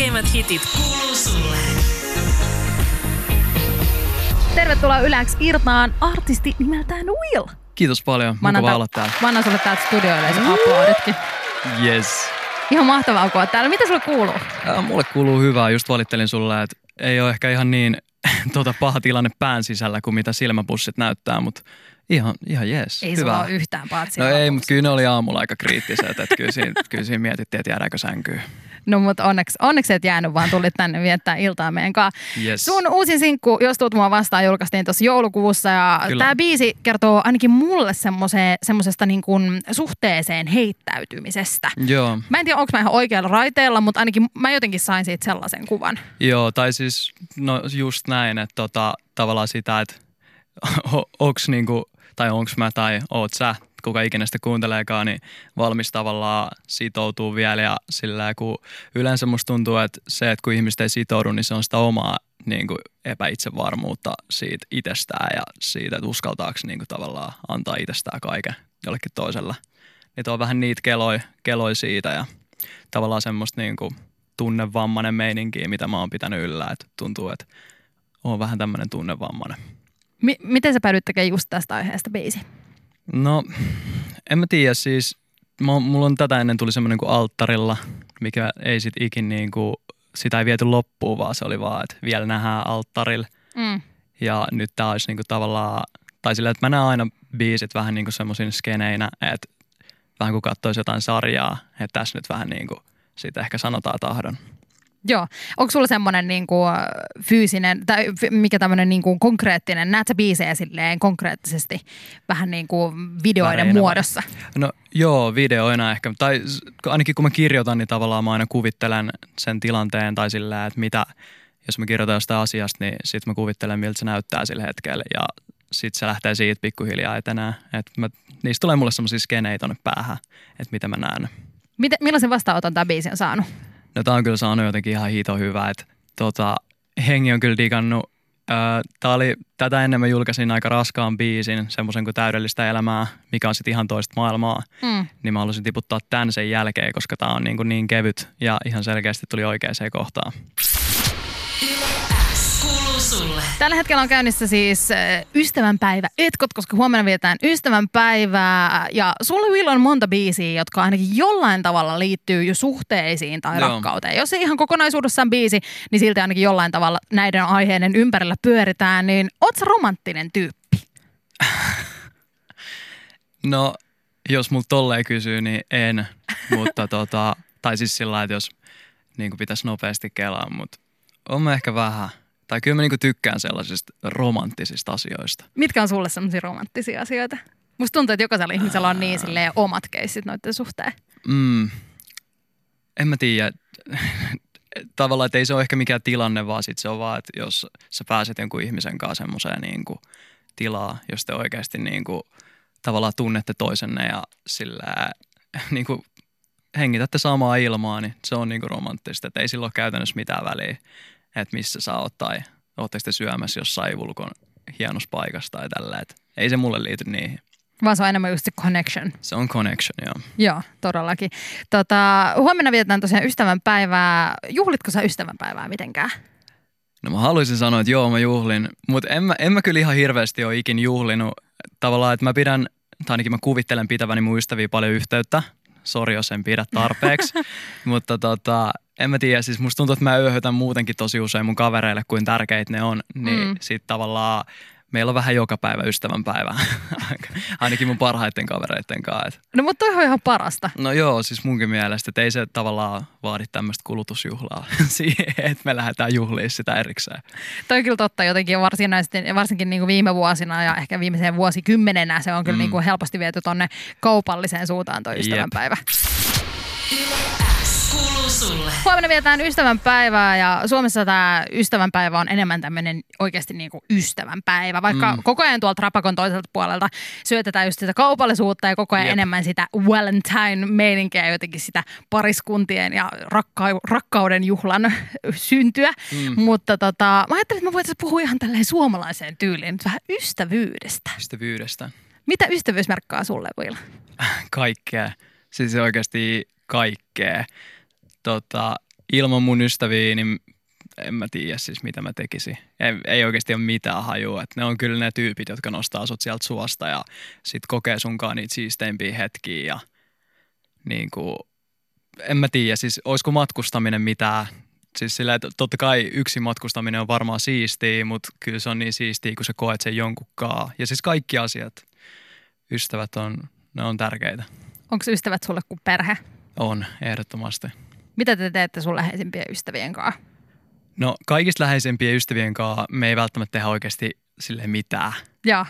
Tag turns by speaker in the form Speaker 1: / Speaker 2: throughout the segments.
Speaker 1: Suurimmat hitit kuuluu sulle.
Speaker 2: Tervetuloa Yläks Irtaan artisti nimeltään Will.
Speaker 3: Niin Kiitos paljon. Mukava olla täällä.
Speaker 2: Mä annan sulle täältä studioyleisön aploditkin.
Speaker 3: Yes.
Speaker 2: Ihan mahtavaa, kun oot täällä. Mitä sulle kuuluu?
Speaker 3: Äh, mulle kuuluu hyvää. Just valittelin sulle, että ei ole ehkä ihan niin tota, paha tilanne pään sisällä kuin mitä silmäpussit näyttää, mutta ihan, ihan jees.
Speaker 2: Ei
Speaker 3: hyvä.
Speaker 2: sulla ole yhtään paatsia.
Speaker 3: No ei, mutta kyllä ne oli aamulla aika kriittiset, että kyllä siinä, kyllä siinä mietittiin, että jäädäänkö sänkyyn.
Speaker 2: No mutta onneksi, onneksi et jäänyt, vaan tulit tänne viettää iltaa meidän kanssa.
Speaker 3: Yes.
Speaker 2: Sun uusi sinkku, jos tuut mua vastaan, julkaistiin tuossa joulukuussa ja
Speaker 3: Kyllä.
Speaker 2: tämä biisi kertoo ainakin mulle semmose- semmosesta niin kuin suhteeseen heittäytymisestä.
Speaker 3: Joo.
Speaker 2: Mä en tiedä, onko mä ihan oikealla raiteella, mutta ainakin mä jotenkin sain siitä sellaisen kuvan.
Speaker 3: Joo, tai siis no just näin, että tota, tavallaan sitä, että o- onks niinku, tai onks mä tai oot sä, kuka ikinä sitä kuunteleekaan, niin valmis tavallaan sitoutuu vielä ja sillä kun yleensä musta tuntuu, että se, että kun ihmiset ei sitoudu, niin se on sitä omaa niin kuin epäitsevarmuutta siitä itsestään ja siitä, että uskaltaako niin kuin tavallaan antaa itsestään kaiken jollekin toiselle. Niin tuo on vähän niitä keloi, keloi siitä ja tavallaan semmoista niin kuin tunnevammainen meininkiä, mitä mä oon pitänyt yllä. Että tuntuu, että oon vähän tämmöinen tunnevammainen.
Speaker 2: Mi- miten sä päädyit tekemään just tästä aiheesta biisi?
Speaker 3: No, en mä tiedä siis. Mä, oon- mulla on tätä ennen tuli semmoinen kuin alttarilla, mikä ei sit ikin niin kuin, sitä ei viety loppuun, vaan se oli vaan, että vielä nähdään alttarilla.
Speaker 2: Mm.
Speaker 3: Ja nyt tää olisi niinku tavallaan, tai sillä, että mä näen aina biisit vähän niinku semmoisina skeneinä, että vähän kun katsoisi jotain sarjaa, että tässä nyt vähän niinku siitä ehkä sanotaan tahdon.
Speaker 2: Joo. Onko sulla semmoinen niinku äh, fyysinen, tai f- mikä tämmöinen niinku konkreettinen, näet sä biisejä silleen konkreettisesti vähän niinku videoiden
Speaker 3: Väreinä vai?
Speaker 2: muodossa?
Speaker 3: No joo, videoina ehkä, tai s- ainakin kun mä kirjoitan, niin tavallaan mä aina kuvittelen sen tilanteen tai sillä, että mitä, jos mä kirjoitan jostain asiasta, niin sit mä kuvittelen, miltä se näyttää sillä hetkellä ja sit se lähtee siitä pikkuhiljaa etenään. Et mä, niistä tulee mulle semmoisia skenejä tonne päähän, että mitä mä näen.
Speaker 2: Miten, millaisen vastaanoton tämä biisi on saanut?
Speaker 3: No tää on kyllä saanut jotenkin ihan hito hyvää, että tota, hengi on kyllä digannut. Öö, tää oli, tätä ennen mä julkaisin aika raskaan biisin, semmoisen kuin Täydellistä elämää, mikä on sitten ihan toista maailmaa
Speaker 2: Mm.
Speaker 3: niin mä halusin tiputtaa tämän sen jälkeen, koska tämä on niin, kuin niin kevyt ja ihan selkeästi tuli oikeaan kohtaan.
Speaker 1: X kuuluu sulle.
Speaker 2: Tällä hetkellä on käynnissä siis äh, ystävänpäivä etkot, koska huomenna vietetään ystävänpäivää. Ja sulla Will on monta biisiä, jotka ainakin jollain tavalla liittyy jo suhteisiin tai
Speaker 3: Joo.
Speaker 2: rakkauteen. Jos ei ihan kokonaisuudessaan biisi, niin silti ainakin jollain tavalla näiden aiheiden ympärillä pyöritään. Niin oot sä romanttinen tyyppi?
Speaker 3: No, jos mut tolleen kysyy, niin en, mutta tota, tai siis sillä lailla, että jos niin kuin pitäisi nopeasti kelaa, mutta on mä ehkä vähän. Tai kyllä mä niin kuin tykkään sellaisista romanttisista asioista.
Speaker 2: Mitkä on sulle sellaisia romanttisia asioita? Musta tuntuu, että jokaisella ihmisellä on niin silleen omat keissit noiden suhteen.
Speaker 3: Mm. En mä tiedä. Tavallaan, että ei se ole ehkä mikään tilanne, vaan sit se on vaan, että jos sä pääset jonkun ihmisen kanssa semmoiseen niin kuin, tilaa, jos te oikeasti niin kuin, tavallaan tunnette toisenne ja sillä niin kuin, hengitätte samaa ilmaa, niin se on niin kuin, romanttista. Et ei sillä ole käytännössä mitään väliä, että missä sä oot tai ootteko te syömässä jossain ulkon hienossa paikassa tai tällä. Et ei se mulle liity niihin.
Speaker 2: Vaan se on enemmän just se connection.
Speaker 3: Se on connection, joo.
Speaker 2: Joo, todellakin. Tota, huomenna vietetään tosiaan ystävänpäivää. Juhlitko sä ystävänpäivää mitenkään?
Speaker 3: No mä haluaisin sanoa, että joo mä juhlin, mutta en mä, en mä kyllä ihan hirveästi ole ikin juhlinut. Tavallaan, että mä pidän, tai ainakin mä kuvittelen pitäväni mun ystäviä paljon yhteyttä. Sori, jos en pidä tarpeeksi. mutta tota, en mä tiedä, siis musta tuntuu, että mä öyhötän muutenkin tosi usein mun kavereille, kuin tärkeitä ne on. Niin
Speaker 2: Mm.
Speaker 3: mm. sit tavallaan meillä on vähän joka päivä ystävänpäivä. ainakin mun parhaiten kavereitten kanssa. Et,
Speaker 2: No mutta toi on ihan parasta.
Speaker 3: No joo, siis munkin mielestä, että ei se tavallaan vaadi tämmöistä kulutusjuhlaa siihen, että me lähdetään juhliin sitä erikseen.
Speaker 2: Toi on kyllä totta jotenkin varsinaisesti, varsinkin niin kuin viime vuosina ja ehkä viimeiseen vuosikymmenenä se on kyllä mm. niin kuin helposti viety tonne kaupalliseen suuntaan toi
Speaker 3: Jep.
Speaker 2: ystävänpäivä.
Speaker 1: X kuuluu sulle.
Speaker 2: Huomenna vietetään ystävänpäivää ja Suomessa tämä ystävänpäivä on enemmän tämmöinen oikeasti niin kuin ystävänpäivä. Vaikka mm. koko ajan tuolta Rapakon toiselta puolelta syötetään just sitä kaupallisuutta ja koko ajan
Speaker 3: Jep.
Speaker 2: enemmän sitä Valentine-meininkiä ja jotenkin sitä pariskuntien ja rakka- rakkauden juhlan syntyä. Mm. Mutta tota, mä ajattelin, että me voitaisiin puhua ihan tälleen suomalaiseen tyyliin nyt vähän ystävyydestä.
Speaker 3: Ystävyydestä.
Speaker 2: Mitä ystävyys merkkaa sulle, Will?
Speaker 3: kaikkea. Siis oikeasti kaikkea. Tota, ilman mun ystäviä, niin en mä tiedä siis mitä mä tekisin. Ei, ei oikeasti ole mitään hajua. Et ne on kyllä ne tyypit, jotka nostaa sut sieltä suosta ja sit kokee sunkaan niitä siisteimpiä hetkiä ja niin kuin, en mä tiedä, siis olisiko matkustaminen mitään. Siis sillä, että totta kai yksin matkustaminen on varmaan siistiä, mutta kyllä se on niin siistiä, kun sä koet sen jonkun kaa. Ja siis kaikki asiat, ystävät on, ne on tärkeitä.
Speaker 2: Onko ystävät sulle kuin perhe?
Speaker 3: On, ehdottomasti.
Speaker 2: Mitä te teette sun läheisimpien ystävien kanssa?
Speaker 3: No kaikista läheisempien ystävien kanssa me ei välttämättä tehdä oikeasti sille mitään.
Speaker 2: Joo.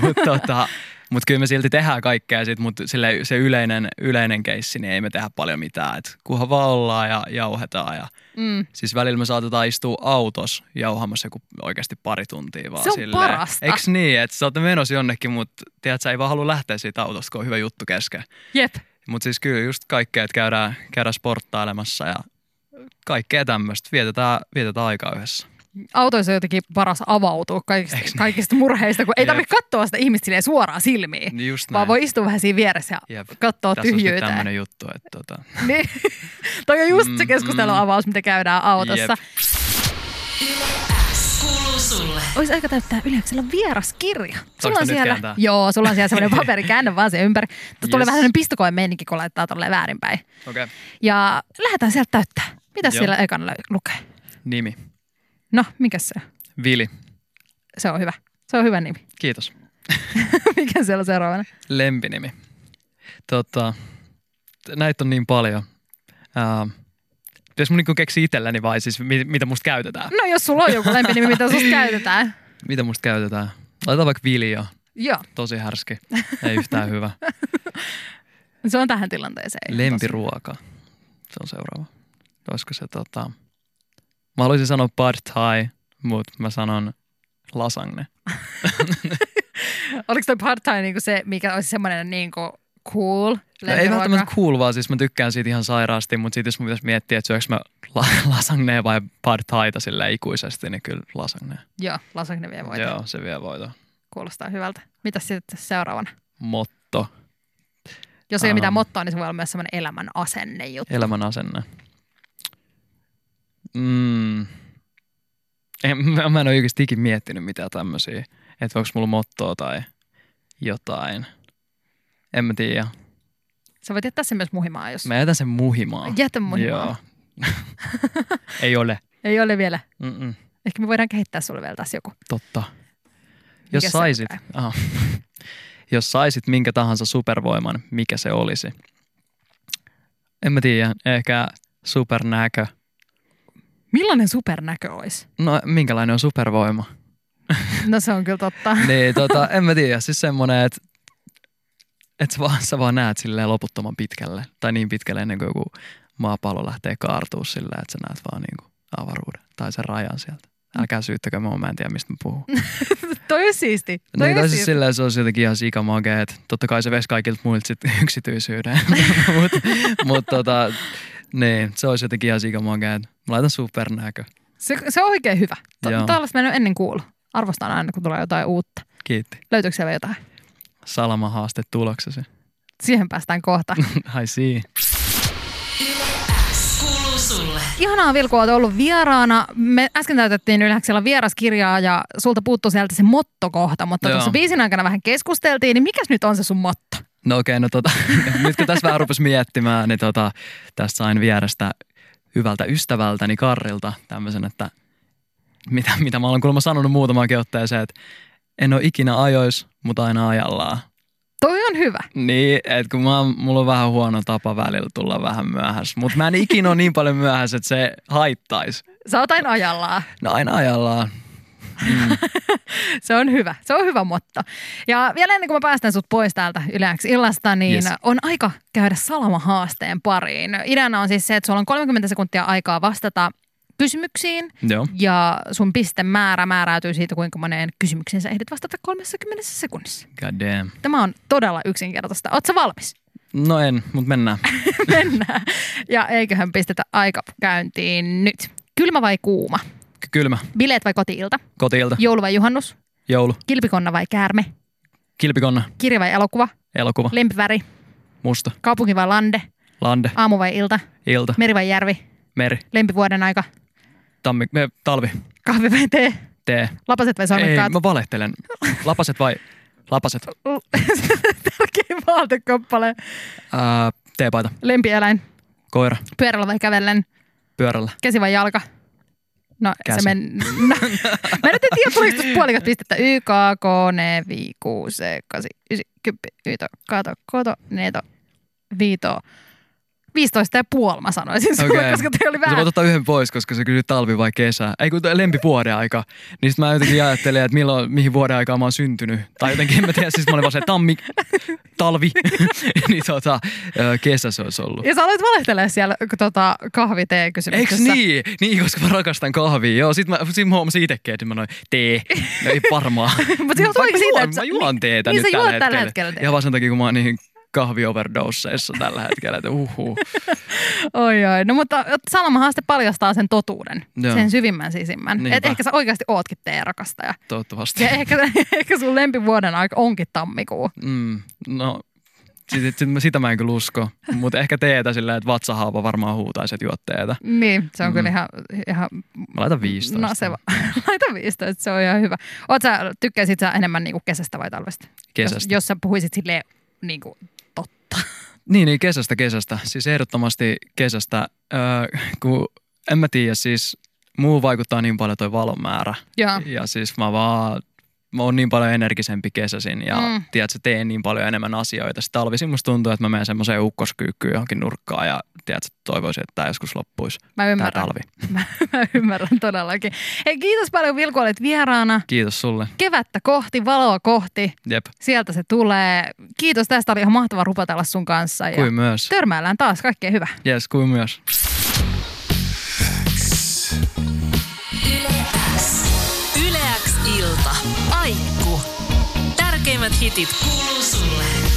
Speaker 3: mutta tota, mut kyllä me silti tehdään kaikkea, sit, mutta se yleinen, yleinen keissi, niin ei me tehdä paljon mitään. Et kunhan vaan ollaan ja jauhetaan. Ja,
Speaker 2: Mm.
Speaker 3: siis välillä me saatetaan istua autos jauhamassa joku oikeasti pari tuntia vaan
Speaker 2: Se on
Speaker 3: silleen.
Speaker 2: parasta.
Speaker 3: Eiks niin, että sä oot menossa jonnekin, mutta tiedät, sä ei vaan halua lähteä siitä autosta, kun on hyvä juttu kesken.
Speaker 2: Jep.
Speaker 3: Mutta siis kyllä just kaikkea, että käydään, käydään sporttailemassa ja kaikkea tämmöistä. Vietetään, vietetään aikaa yhdessä.
Speaker 2: Autoissa on jotenkin paras avautua kaikista,
Speaker 3: Eiks niin?
Speaker 2: kaikista murheista, kun ei
Speaker 3: Jep.
Speaker 2: tarvitse katsoa sitä ihmistä silleen suoraan silmiin.
Speaker 3: Niin just
Speaker 2: Vaan
Speaker 3: näin.
Speaker 2: voi istua vähän siinä vieressä ja
Speaker 3: Jep.
Speaker 2: katsoa
Speaker 3: Tässä on
Speaker 2: tyhjyyttä.
Speaker 3: tämmöinen juttu, että tota,
Speaker 2: Niin. Toi on just se
Speaker 3: Mm,
Speaker 2: keskustelun avaus, mitä käydään autossa.
Speaker 1: S kuuluu sulle.
Speaker 2: Olisi aika täyttää Yleksellä vieras kirja. Sulla on
Speaker 3: nyt
Speaker 2: siellä,
Speaker 3: kääntää?
Speaker 2: joo, sulla on siellä semmoinen paperi, käännä vaan se ympäri. Tuossa tulee
Speaker 3: Yes.
Speaker 2: vähän sellainen pistokoe meininki, kun laittaa tuolle väärinpäin.
Speaker 3: okei, okay.
Speaker 2: Ja lähdetään sieltä täyttää. Mitä
Speaker 3: Joo.
Speaker 2: siellä ekana lö- lukee?
Speaker 3: nimi.
Speaker 2: No, mikä se on?
Speaker 3: Vili,
Speaker 2: Se on hyvä. Se on hyvä nimi.
Speaker 3: kiitos.
Speaker 2: mikä siellä on seuraavana?
Speaker 3: Lempinimi. Tota, t- näitä on niin paljon. Ää, Pitäis mun niinku keksiä itselläni vai siis mi- mitä musta käytetään?
Speaker 2: No, jos sulla on joku lempinimi, mitä susta käytetään.
Speaker 3: Mitä musta käytetään? Laitetaan vaikka Viljo.
Speaker 2: Joo,
Speaker 3: Tosi härski. Ei yhtään hyvä.
Speaker 2: se on tähän tilanteeseen.
Speaker 3: Lempiruoka. Se on seuraava. Olisiko se tota... Mä haluaisin sanoa pad thai, mutta mä sanon lasagne. No,
Speaker 2: Oliko toi part-time niinku se, mikä olisi semmoinen niinku cool
Speaker 3: No ei
Speaker 2: lempiruoka?
Speaker 3: välttämättä cool, vaan siis mä tykkään siitä ihan sairaasti, mutta sitten jos mun pitäisi miettiä, että syöks mä la- lasagnea vai pad thaita sillä ikuisesti, niin kyllä lasagnea.
Speaker 2: Joo, lasagne vie voita.
Speaker 3: Joo, se vie voito.
Speaker 2: Kuulostaa hyvältä. Mitä sitten seuraavana?
Speaker 3: Motto,
Speaker 2: Jos ei ole mitään
Speaker 3: Ähm.
Speaker 2: mottoa, niin se voi olla myös semmoinen elämän asenne juttu.
Speaker 3: elämän asenne. Mm. En, mä mä en ole oikeasti ikin miettinyt mitään tämmöisiä, että onko mulla mottoa tai jotain. En mä tiedä.
Speaker 2: Sä voit jättää sen myös muhimaan, jos...
Speaker 3: Mä jätän sen muhimaan.
Speaker 2: Jätä muhimaan. Joo.
Speaker 3: Joo. Ei ole.
Speaker 2: Ei ole vielä.
Speaker 3: Mm-mm.
Speaker 2: Ehkä me voidaan kehittää sulle vielä taas joku.
Speaker 3: Totta. Jos
Speaker 2: se
Speaker 3: saisit,
Speaker 2: on?
Speaker 3: aha, jos saisit minkä tahansa supervoiman, mikä se olisi? En mä tiedä, ehkä supernäkö.
Speaker 2: Millainen supernäkö olisi?
Speaker 3: No minkälainen on supervoima?
Speaker 2: No se on kyllä totta.
Speaker 3: Niin, tota, en mä tiedä, siis semmonen, että et sä, vaan, sä vaan näet silleen loputtoman pitkälle. Tai niin pitkälle ennen kuin joku maapallo lähtee kaartuu sillä, että sä näet vaan niinku avaruuden tai sen rajan sieltä. Älkää syyttäkö mua, mä en tiedä mistä mä puhun.
Speaker 2: Toi on siisti. Toi
Speaker 3: Niin,
Speaker 2: on
Speaker 3: tai
Speaker 2: siisti.
Speaker 3: siis silleen se olisi jotenkin ihan sikamagea, että totta kai se veisi kaikilta muilta sit yksityisyyden. Mutta mut, tota, niin, se olisi jotenkin ihan sikamagea, että mä laitan supernäkö.
Speaker 2: se, se on oikein hyvä.
Speaker 3: Joo.
Speaker 2: To- Tällaista mä en ole ennen kuullut. Arvostan aina, kun tulee jotain uutta.
Speaker 3: Kiitti.
Speaker 2: Löytyykö siellä jotain?
Speaker 3: Salama haaste tuloksesi.
Speaker 2: Siihen päästään kohta.
Speaker 3: I see.
Speaker 1: S kuuluu sulle.
Speaker 2: Ihanaa Vilku, oot ollut vieraana. Me äsken täytettiin Ylhäksellä vieraskirjaa ja sulta puuttuu sieltä se mottokohta, mutta
Speaker 3: Joo.
Speaker 2: tuossa biisin aikana vähän keskusteltiin, niin mikäs nyt on se sun motto?
Speaker 3: No okei, okay, no tota, nyt kun tässä vähän rupesi miettimään, niin tota, tässä sain vierestä hyvältä ystävältäni Karrilta tämmöisen, että mitä, mitä mä olen kuulemma sanonut muutamaankin otteeseen, että en ole ikinä ajois, mutta aina ajallaan.
Speaker 2: Toi on hyvä.
Speaker 3: Niin, että kun mä, oon- mulla on vähän huono tapa välillä tulla vähän myöhässä, mutta mä en ikinä ole niin paljon myöhässä, että se haittaisi.
Speaker 2: Sä oot aina ajallaan.
Speaker 3: No aina ajallaan. Mm.
Speaker 2: Se on hyvä. Se on hyvä motto. Ja vielä ennen kuin mä päästän sut pois täältä yleäksi illasta, niin
Speaker 3: Yes.
Speaker 2: on aika käydä salamahaasteen pariin. Ideana on siis se, että sulla on 30 sekuntia aikaa vastata kysymyksiin
Speaker 3: Joo,
Speaker 2: ja sun pistemäärä määräytyy siitä, kuinka moneen kysymykseen sä ehdit vastata 30 sekunnissa.
Speaker 3: god damn.
Speaker 2: Tämä on todella yksinkertaista. Oot sä valmis?
Speaker 3: No en, mutta mennään.
Speaker 2: Mennään. Ja eiköhän pistetä aika käyntiin nyt. Kylmä vai kuuma?
Speaker 3: Ky- Kylmä,
Speaker 2: Bileet vai kotiilta?
Speaker 3: kotiilta,
Speaker 2: Joulu vai juhannus?
Speaker 3: joulu,
Speaker 2: Kilpikonna vai käärme?
Speaker 3: kilpikonna,
Speaker 2: Kirja vai elokuva?
Speaker 3: elokuva,
Speaker 2: Lempiväri?
Speaker 3: musta,
Speaker 2: Kaupunki vai lande?
Speaker 3: lande,
Speaker 2: Aamu vai ilta?
Speaker 3: ilta,
Speaker 2: Meri vai järvi?
Speaker 3: Meri,
Speaker 2: Lempivuoden aika.
Speaker 3: tammi, me, talvi,
Speaker 2: Kahvi vai tee?
Speaker 3: tee.
Speaker 2: Lapaset vai
Speaker 3: Ei,
Speaker 2: sonnekkaat?
Speaker 3: mä valehtelen. Lapaset vai? Lapaset.
Speaker 2: Tärkein vaatekoppale.
Speaker 3: Ää, teepaita.
Speaker 2: Lempieläin.
Speaker 3: Koira.
Speaker 2: Pyörällä vai kävellen?
Speaker 3: Pyörällä.
Speaker 2: Käsi vai jalka? No,
Speaker 3: Käsi.
Speaker 2: se men... No, mä nyt en tiedä, tuliko tuosta puolikas pistettä. Y, K, K, N, V, Q, C, 8, 9, 10, yto, kato, koto, neto, viito. 15 ja puoli mä sanoisin sulle,
Speaker 3: Okei.
Speaker 2: koska te oli
Speaker 3: Sä
Speaker 2: vähän.
Speaker 3: voit ottaa yhden pois, koska se kysyy talvi vai kesä. Ei kun lempivuoden aika. Niin sit mä jotenkin ajattelin, että milloin, mihin vuoden aikaan mä oon syntynyt. Tai jotenkin, en mä tiedä, siis mä olin vaan se tammi, talvi. niin tota, ö, kesä se olisi ollut.
Speaker 2: Ja sä aloit valehtelemaan siellä k- tota, kahviteen
Speaker 3: Eiks
Speaker 2: kysymyksessä.
Speaker 3: niin? Niin, koska mä rakastan kahvia. Joo, sit mä, sit mä huomasin itekin, että mä noin tee. No ei varmaan.
Speaker 2: Mut se johtuu
Speaker 3: Vaikka
Speaker 2: ehkä
Speaker 3: mä
Speaker 2: siitä,
Speaker 3: juon-
Speaker 2: että sä-
Speaker 3: Mä juon teetä
Speaker 2: niin
Speaker 3: nyt
Speaker 2: sä
Speaker 3: tällä
Speaker 2: juot
Speaker 3: hetkellä.
Speaker 2: tällä hetkellä teetä.
Speaker 3: Ja vaan sen takia, kun mä oon niin kahvioverdoseissa tällä hetkellä, että uhu.
Speaker 2: Oi, oi. No mutta Salamahan sitten paljastaa sen totuuden,
Speaker 3: Joo.
Speaker 2: Joo. sen syvimmän sisimmän.
Speaker 3: Niinpä.
Speaker 2: Et ehkä sä oikeasti ootkin teidän rakastaja.
Speaker 3: Toivottavasti.
Speaker 2: Ja ehkä, ehkä sun lempivuoden aika onkin tammikuu.
Speaker 3: Mm, no, sit, sit, mä- sitä mä en kyllä usko. Mutta ehkä teetä silleen, että vatsahaava varmaan huutaisi, että juot teetä.
Speaker 2: Niin, se on
Speaker 3: Mm.
Speaker 2: mm. kyllä ihan, ihan
Speaker 3: Mä laitan 15.
Speaker 2: no se va- laita 15, se on ihan hyvä. Oot sä, tykkäisit sä enemmän niinku kesästä vai talvesta? Jos,
Speaker 3: Kesästä.
Speaker 2: jos sä puhuisit silleen niinku totta.
Speaker 3: Niin, niin, kesästä, kesästä. Siis ehdottomasti kesästä, öö, kun en mä tiedä, siis muu vaikuttaa niin paljon toi valon määrä.
Speaker 2: Joo.
Speaker 3: Ja siis mä vaan, mä oon niin paljon energisempi kesäsin ja mm.
Speaker 2: Mm.
Speaker 3: tiedätkö, teen niin paljon enemmän asioita. Sitten talvisin musta tuntuu, että mä menen semmoiseen ukkoskyykkyyn johonkin nurkkaan ja tiedätkö, toivoisin, että tämä joskus loppuisi.
Speaker 2: Mä
Speaker 3: Tämä
Speaker 2: ymmärrän.
Speaker 3: talvi.
Speaker 2: Mä, mä ymmärrän todellakin. Hei, kiitos paljon Vilku, olit vieraana.
Speaker 3: Kiitos sulle.
Speaker 2: Kevättä kohti, valoa kohti.
Speaker 3: Jep,
Speaker 2: Sieltä se tulee. Kiitos, tästä oli ihan mahtava rupatella sun kanssa. Ja
Speaker 3: kuin myös.
Speaker 2: Törmäillään taas, kaikkea hyvää.
Speaker 3: Jes, kuin myös.
Speaker 1: Yleäks ilta. Aikku. Tärkeimmät hitit kuuluu sulle.